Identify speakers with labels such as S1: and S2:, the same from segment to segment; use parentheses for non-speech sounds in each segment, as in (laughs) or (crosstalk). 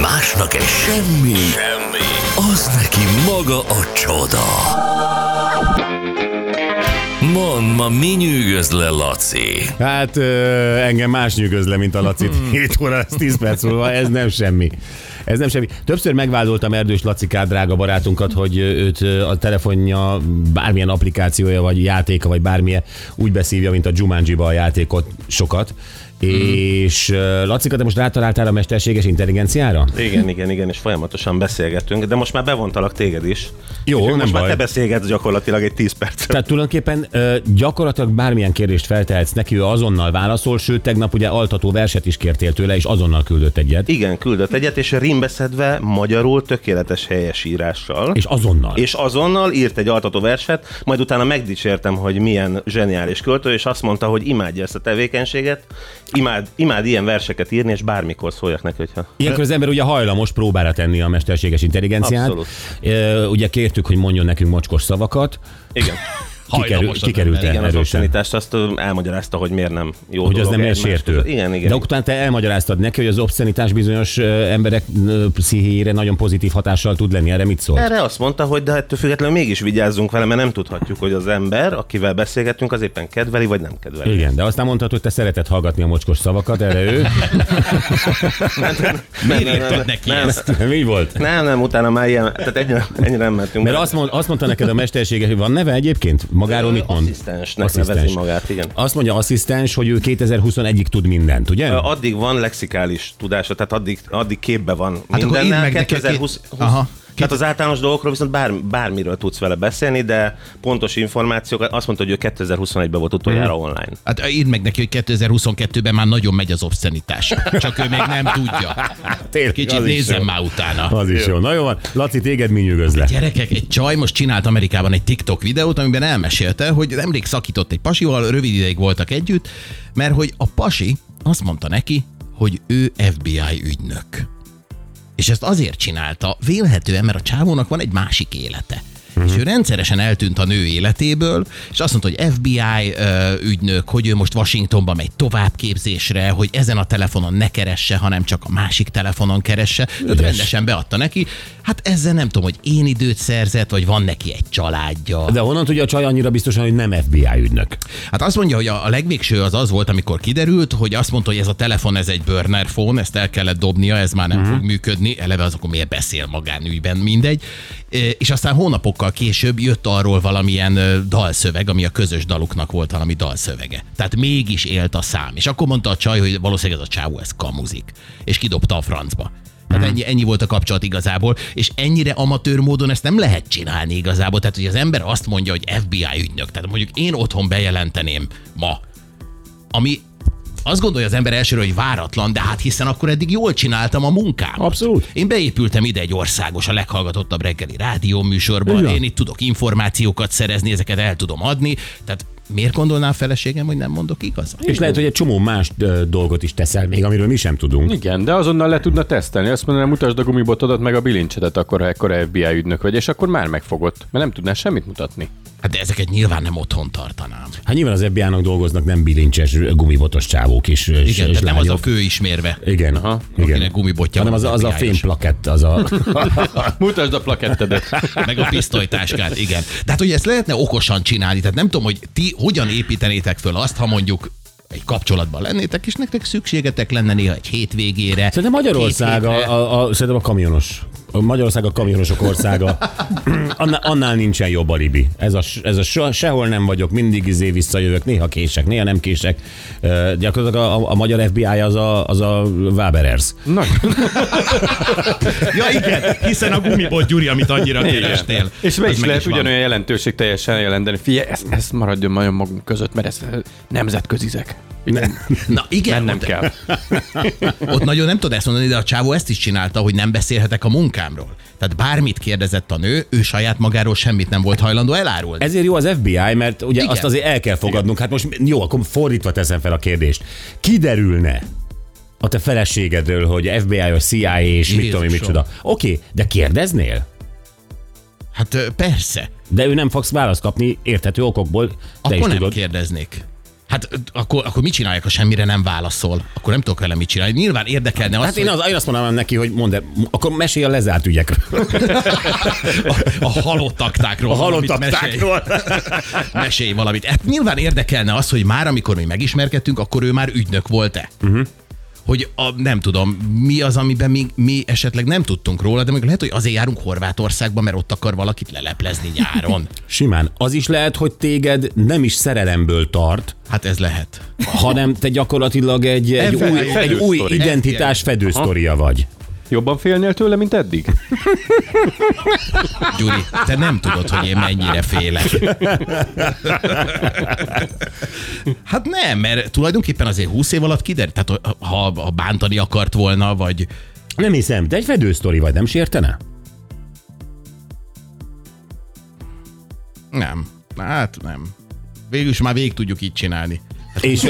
S1: Másnak egy semmi, semmi, az neki maga a csoda. Mond, ma mi nyűgöz le, Laci?
S2: Hát ö, engem más nyűgöz le, mint a Laci. 7 óra, lesz 10 perc múlva, ez nem semmi. Ez nem semmi. Többször megvádoltam Erdős Lacikát, drága barátunkat, hogy őt ö, a telefonja, bármilyen applikációja, vagy játéka, vagy bármilyen úgy beszívja, mint a Jumanji-ba a játékot sokat. És ö, Lacika, te most rátaláltál a mesterséges intelligenciára?
S3: Igen, igen, igen, és folyamatosan beszélgetünk, de most már bevontalak téged is.
S2: Jó,
S3: Úgyhogy
S2: nem
S3: most
S2: baj.
S3: már te beszélgetsz gyakorlatilag egy 10 percet.
S2: Tehát tulajdonképpen ö, gyakorlatilag bármilyen kérdést feltehetsz neki, ő azonnal válaszol, sőt, tegnap ugye altató verset is kértél tőle, és azonnal küldött egyet.
S3: Igen, küldött egyet, és rímbeszedve magyarul tökéletes helyesírással.
S2: És azonnal.
S3: és azonnal írt egy altató verset, majd utána megdicsértem, hogy milyen zseniális költő, és azt mondta, hogy imádja ezt a tevékenységet, imád, imád ilyen verseket írni, és bármikor szóljak neki, hogyha...
S2: Ilyenkor az ember ugye hajlamos próbára tenni a mesterséges intelligenciát.
S3: Abszolút.
S2: Ö, Ugye kértük, hogy mondjon nekünk mocskos szavakat.
S3: Igen.
S2: Kikerül,
S4: Hajlamos az
S2: kikerült
S4: ember.
S2: el
S3: Igen, az
S2: erősen.
S3: obszenitást azt ö, elmagyarázta, hogy miért nem jó
S2: Hogy az
S3: dolog
S2: nem ilyen
S3: egymás
S2: sértő.
S3: között. Igen, igen.
S2: De utána te elmagyaráztad neki, hogy az obszenitás bizonyos ö, emberek ö, pszichéjére nagyon pozitív hatással tud lenni. Erre mit szól?
S3: Erre azt mondta, hogy de ettől függetlenül mégis vigyázzunk vele, mert nem tudhatjuk, hogy az ember, akivel beszélgetünk, az éppen kedveli vagy nem kedveli.
S2: Igen, de aztán mondtad, hogy te szereted hallgatni a mocskos szavakat, erre
S4: (laughs)
S2: ő.
S3: Miért
S4: írtad neki
S3: nem,
S4: ezt?
S2: (laughs) Mi volt?
S3: nem, nem, utána már ilyen, tehát ennyire, ennyire nem mentünk.
S2: Mert
S3: bele.
S2: azt, mond, azt mondta neked a mesterséges, hogy van neve egyébként? Magáról mit mond?
S3: Asszisztensnek nevezi magát, igen.
S2: Azt mondja asszisztens, hogy ő 2021-ig tud mindent, ugye?
S3: Ö, Addig van lexikális tudása, tehát addig, addig képbe van hát
S4: akkor írd
S3: mindennel.
S4: meg neki a
S3: 2020,
S4: két- Aha.
S3: tehát az általános dolgokról viszont bár, bármiről tudsz vele beszélni, de pontos információkat, azt mondta, hogy ő 2021-ben volt utoljára online.
S4: Hát írd meg neki, hogy 2022-ben már nagyon megy az obszenitás. Csak ő még nem tudja.
S2: Hát Tényleg, (laughs)
S4: Kicsit
S2: az is
S4: nézzen
S2: jó.
S4: már utána.
S2: Az is jó. Na jó van. Laci, téged mi nyűgöz le?
S4: Gyerekek, egy csaj most csinált Amerikában egy TikTok videót, amiben elmesélte, hogy nemrég szakított egy pasival, rövid ideig voltak együtt, mert hogy a pasi azt mondta neki, hogy ő FBI ügynök. És ezt azért csinálta, vélhetően, mert a csávónak van egy másik élete. És ő rendszeresen eltűnt a nő életéből, és azt mondta, hogy FBI ö, ügynök, hogy ő most Washingtonba megy továbbképzésre, hogy ezen a telefonon ne keresse, hanem csak a másik telefonon keresse. Tehát rendesen beadta neki. Hát ezzel nem tudom, hogy én időt szerzett, vagy van neki egy családja.
S2: De honnan tudja a csaj annyira biztosan, hogy nem FBI ügynök?
S4: Hát azt mondja, hogy a a legvégső az az volt, amikor kiderült, hogy azt mondta, hogy ez a telefon, ez egy burner phone, ezt el kellett dobnia, ez már nem fog működni, eleve az akkor miért beszél magánügyben, mindegy. E, És aztán hónapokkal később jött arról valamilyen ö, dalszöveg, ami a közös daluknak volt valami dalszövege. Tehát mégis élt a szám. És akkor mondta a csaj, hogy valószínűleg ez a csávó, ez kamuzik. És kidobta a francba. Tehát
S2: Mhm.
S4: ennyi, ennyi volt a kapcsolat igazából, és ennyire amatőr módon ezt nem lehet csinálni igazából. Tehát, hogy az ember azt mondja, hogy FBI ügynök. Tehát mondjuk én otthon bejelenteném ma, ami azt gondolja az ember elsőre, hogy váratlan, de hát hiszen akkor eddig jól csináltam a munkám.
S2: Abszolút.
S4: Én beépültem ide egy országos, a leghallgatottabb reggeli rádióműsorba,
S2: Így van.
S4: én itt tudok információkat szerezni, ezeket el tudom adni, tehát miért gondolná a feleségem, hogy nem mondok igazat?
S2: És lehet, hogy egy csomó más ö, dolgot is teszel még, amiről mi sem tudunk.
S5: Igen, de azonnal le tudna tesztelni. Azt mondanám, mutasd a gumibotodat meg a bilincsedet, akkor ha ekkora FBI ügynök vagy, és akkor már megfogott, mert nem tudnál semmit mutatni.
S4: Hát de ezeket nyilván nem otthon tartanám.
S2: Hát nyilván az FBI-nak dolgoznak nem bilincses, gumibotos csávók is. és-
S4: Igen,
S2: és
S4: tehát nem az a
S2: lányok.
S4: kő ismérve.
S2: Igen,
S5: Aha.
S2: igen.
S4: Akinek gumibotja
S2: Hanem
S4: van,
S2: az, az a
S4: FBI-os.
S2: fémplakett, az
S4: (laughs)
S2: a...
S5: (laughs) Mutasd a plakettedet.
S4: meg a pisztolytáskát, igen. De hát ugye ezt lehetne okosan csinálni, tehát nem tudom, hogy ti hogyan építenétek föl azt, ha mondjuk egy kapcsolatban lennétek, és nektek szükségetek lenne néha egy hétvégére.
S2: Szerintem Magyarország
S4: két hétre.
S2: a, a, a, szerintem a kamionos. A Magyarország a kamionosok országa. annál, annál nincsen jobb alibi. Ez a, ez a soha, sehol nem vagyok, mindig izé visszajövök, néha kések, néha nem kések. Ö, Gyakorlatilag a, a, a magyar FBI az a, az a Waberers.
S5: (laughs)
S4: Ja igen, hiszen a gumibot Gyuri, amit annyira kerestél.
S5: És meg
S4: az
S5: is lehet
S4: van.
S5: ugyanolyan jelentőség teljesen jelenteni. Figyelj, ez, ez maradjon nagyon magunk között, mert ez ö, nemzetközizek. Nem,
S4: Na igen,
S5: nem
S4: ott-
S5: kell.
S4: Ott nagyon nem tudod ezt mondani, de a csávó ezt is csinálta, hogy nem beszélhetek a munkámról. Tehát bármit kérdezett a nő, ő saját magáról semmit nem volt hajlandó elárulni.
S2: Ezért jó az FBI, mert ugye Igen.
S4: Igen.
S2: azt azért el kell fogadnunk. Hát most jó, akkor fordítva teszem fel a kérdést. Kiderülne a te feleségedről, hogy FBI, vagy CIA, és mit tudom én,
S4: Jézusom.
S2: micsoda. Oké, de kérdeznél?
S4: Hát ö, persze,
S2: De ő nem fogsz választ kapni érthető okokból. Te
S4: akkor
S2: is
S4: nem
S2: tudod.
S4: kérdeznék. Hát Hát ö, akkor, akkor mit csinálják, ha semmire nem válaszol? Akkor nem tudok vele mit csinálni. Nyilván érdekelne az,
S2: Hát én,
S4: hogy
S2: az, én azt mondanám neki, hogy mondd el, akkor mesélj a lezárt
S4: (laughs)
S2: ügyekről.
S4: a, a halott aktákról.
S2: A
S4: valamit
S2: halottak
S4: mesélj. Mesélj valamit. Hát nyilván érdekelne az, hogy már amikor mi megismerkedtünk, akkor ő már ügynök volt-e.
S2: Mhm.
S4: Uh-huh. Hogy a, nem tudom, mi az, amiben mi, mi esetleg nem tudtunk róla, de még lehet, hogy azért járunk Horvátországba, mert ott akar valakit leleplezni
S2: (laughs)
S4: nyáron.
S2: Simán. Az is lehet, hogy téged nem is szerelemből tart,
S4: Hát ez lehet.
S2: hanem te gyakorlatilag egy, egy,
S4: Fedő-
S2: új, egy
S5: fedő
S2: új
S5: sztori.
S2: identitás fedősztoria vagy.
S5: Jobban félnél tőle, mint eddig?
S4: Gyuri, te nem tudod, hogy én mennyire félek. Hát nem, mert tulajdonképpen azért 20 év alatt kiderült, tehát ha, ha bántani akart volna, vagy
S2: Nem hiszem, te egy fedősztori vagy, nem sértene?
S4: nem. Hát nem. Végülis már végig tudjuk így csinálni.
S2: És,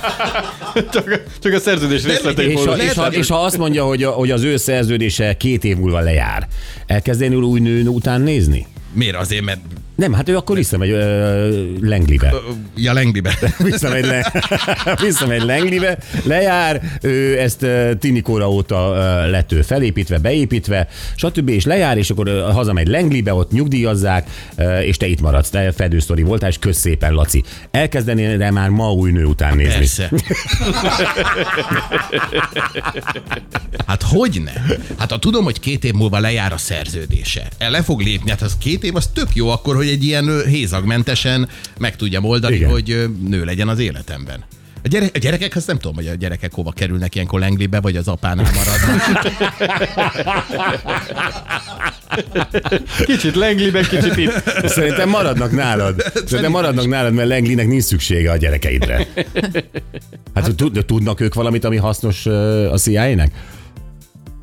S5: (laughs) Csak, csak a szerződés részleteit
S2: és, ha,
S5: mondod.
S2: és, ha, és ha azt mondja, hogy, a- hogy az ő szerződése két év múlva lejár, elkezdeni új nőn után nézni?
S4: Miért azért, mert
S2: Nem, hát ő akkor visszamegy ö, Lenglibe.
S4: ja, lengdibe.
S2: Visszamegy, le, (laughs) visszamegy Lenglibe, lejár, ő ezt ö, tinikóra óta ö, lett ő felépítve, beépítve, stb. és lejár, és akkor ö, hazamegy Lenglibe, ott nyugdíjazzák, ö, és te itt maradsz, te fedősztori voltál, és kösz szépen, Laci. Elkezdenél rá már ma új nő után nézni.
S4: Persze. Hát hogy ne? Hát ha tudom, hogy két év múlva lejár a szerződése, el le fog lépni, hát az két év az tök jó akkor, hogy egy ilyen ö, hézagmentesen meg tudjam oldani,
S2: Igen.
S4: Igen. hogy ö, nő legyen az életemben. A, gyere- a gyerekek, azt nem tudom, hogy a gyerekek hova kerülnek ilyenkor lenglibe, vagy az apánál maradnak.
S5: Kicsit lenglibe, kicsit itt.
S2: Szerintem maradnak nálad. Szerintem maradnak nálad, mert Lenglinek nincs szüksége a gyerekeidre. Hát, hogy tud, tudnak ők valamit, ami hasznos ö, a CIA-nek?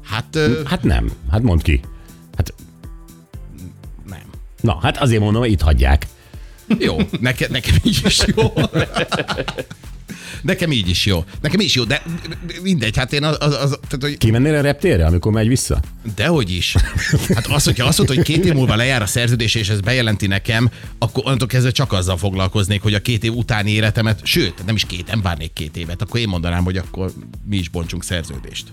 S4: Hát ö,
S2: Hát nem. Hát mondd ki. Hát
S4: nem.
S2: Na, hát azért mondom, hogy itt hagyják.
S4: Jó, neke, nekem így is jó. Nekem így is jó. Nekem így is jó, de mindegy, hát én az, az, az tehát, hogy
S2: Kimennél a reptérre, amikor megy vissza?
S4: Dehogy is. Hát az, hogyha azt mondta, hogy két év múlva lejár a szerződés, és ez bejelenti nekem, akkor onnantól kezdve csak azzal foglalkoznék, hogy a két év utáni életemet, sőt, nem is két, nem várnék két évet, akkor én mondanám, hogy akkor mi is bontsunk szerződést.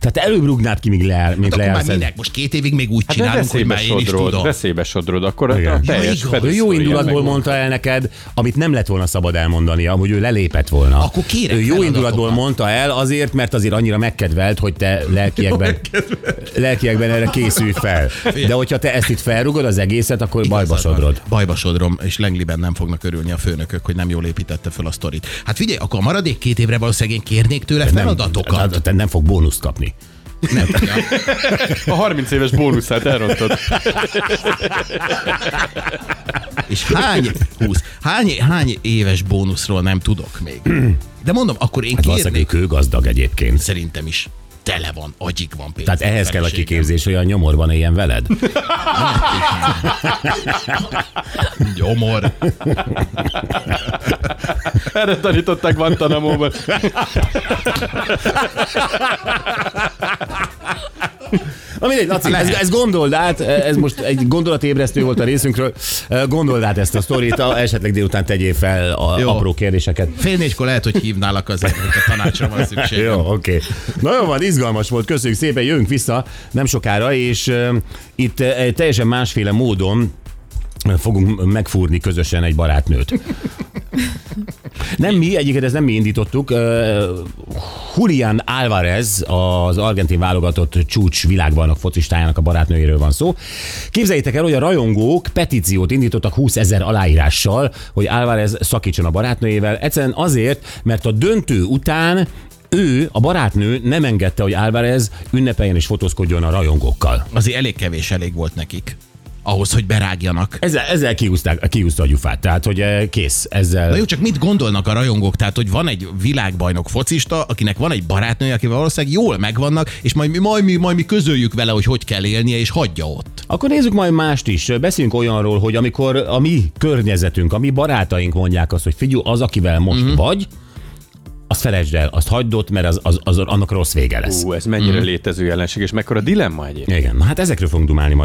S2: Tehát előbb rúgnád ki, míg leáll, mint
S4: Hát akkor már
S2: leállsz.
S4: minek? Most két évig még úgy
S5: Hát de
S4: csinálunk, hogy
S5: veszélybe
S4: már én is
S5: sodrod,
S4: tudom.
S5: veszélybe sodrod, akkor a
S2: Igen.
S5: teljes
S4: Ja,
S5: fedő
S2: Ő Hát, jó
S5: sztori
S2: indulatból
S5: ennek.
S2: mondta el neked, amit nem lett volna szabad elmondania, hogy ő lelépett volna.
S4: Akkor kérek
S2: ő jó
S4: feladatokat.
S2: indulatból mondta el azért, mert azért annyira megkedvelt, hogy te lelkiekben, lelkiekben erre készülj fel. De hogyha te ezt itt felrugod az egészet, akkor bajba
S4: Igazad van.
S2: sodrod.
S4: Bajba sodrom, és Lengliben nem fognak örülni a főnökök, hogy nem jól építette fel a sztorit. Hát figyelj, akkor a maradék két évre valószínűleg én kérnék tőle feladatokat.
S2: hát Te nem fog bónuszt kapni. Hát
S4: Nem, nem.
S5: A 30 éves bónuszát elrontod.
S4: És hány, 20, hány, hány éves bónuszról nem tudok még? De mondom, akkor én kérnék,
S2: Hát Valószínűleg ő gazdag egyébként.
S4: szerintem is tele van, agyig van pénz.
S2: Tehát ehhez kell a
S4: Feleségem.
S2: kiképzés, hogy a nyomorban éljen veled.
S4: Gyomor.
S5: Erre tanították Guantanamo-ban.
S2: Na mindegy, Laci, ez,
S4: Lehet.
S2: ez gondold át, ez most egy gondolatébresztő volt a részünkről, gondold át ezt a sztorit, a- esetleg délután tegyél fel a
S4: Jó.
S2: apró kérdéseket.
S4: Fél négykor lehet, hogy hívnálak azért, hogy a tanácsra van szükség.
S2: Jó, oké. Okay. Na jó van, izgalmas volt, köszönjük szépen, jövünk vissza nem sokára, és uh, itt uh, teljesen másféle módon ö, fogunk megfúrni közösen egy barátnőt. Nem mi, egyiket ez nem mi indítottuk. ö, Julian Álvarez, az argentin válogatott csúcs világbajnok focistájának a barátnőjéről van szó. Képzeljétek el, hogy a rajongók petíciót indítottak 20 ezer aláírással, hogy Álvarez szakítson a barátnőjével. Egyszerűen azért, mert a döntő után ő, a barátnő nem engedte, hogy Álvarez ünnepeljen és fotózkodjon a rajongókkal.
S4: Azért elég kevés elég volt nekik ahhoz, hogy berágjanak.
S2: Ezzel, ezzel kiúzták, kiúzta a gyufát, tehát hogy eh, kész, ezzel...
S4: Na jó, csak mit gondolnak a rajongók? Tehát, hogy van egy világbajnok focista, akinek van egy barátnője, akivel valószínűleg jól megvannak, és majd mi, majd mi, majd mi közöljük vele, hogy hogy kell élnie, és hagyja ott.
S2: Akkor nézzük majd mást is. Beszéljünk olyanról, hogy amikor a mi környezetünk, a mi barátaink mondják azt, hogy figyú, az, akivel most mm. vagy, azt felejtsd el, azt hagyd ott, mert az, az, az, annak rossz vége lesz.
S5: Mm. Ú, ez mennyire létező jelenség, és mekkora dilemma egyébként.
S2: Igen, na hát ezekről fogunk dumálni majd.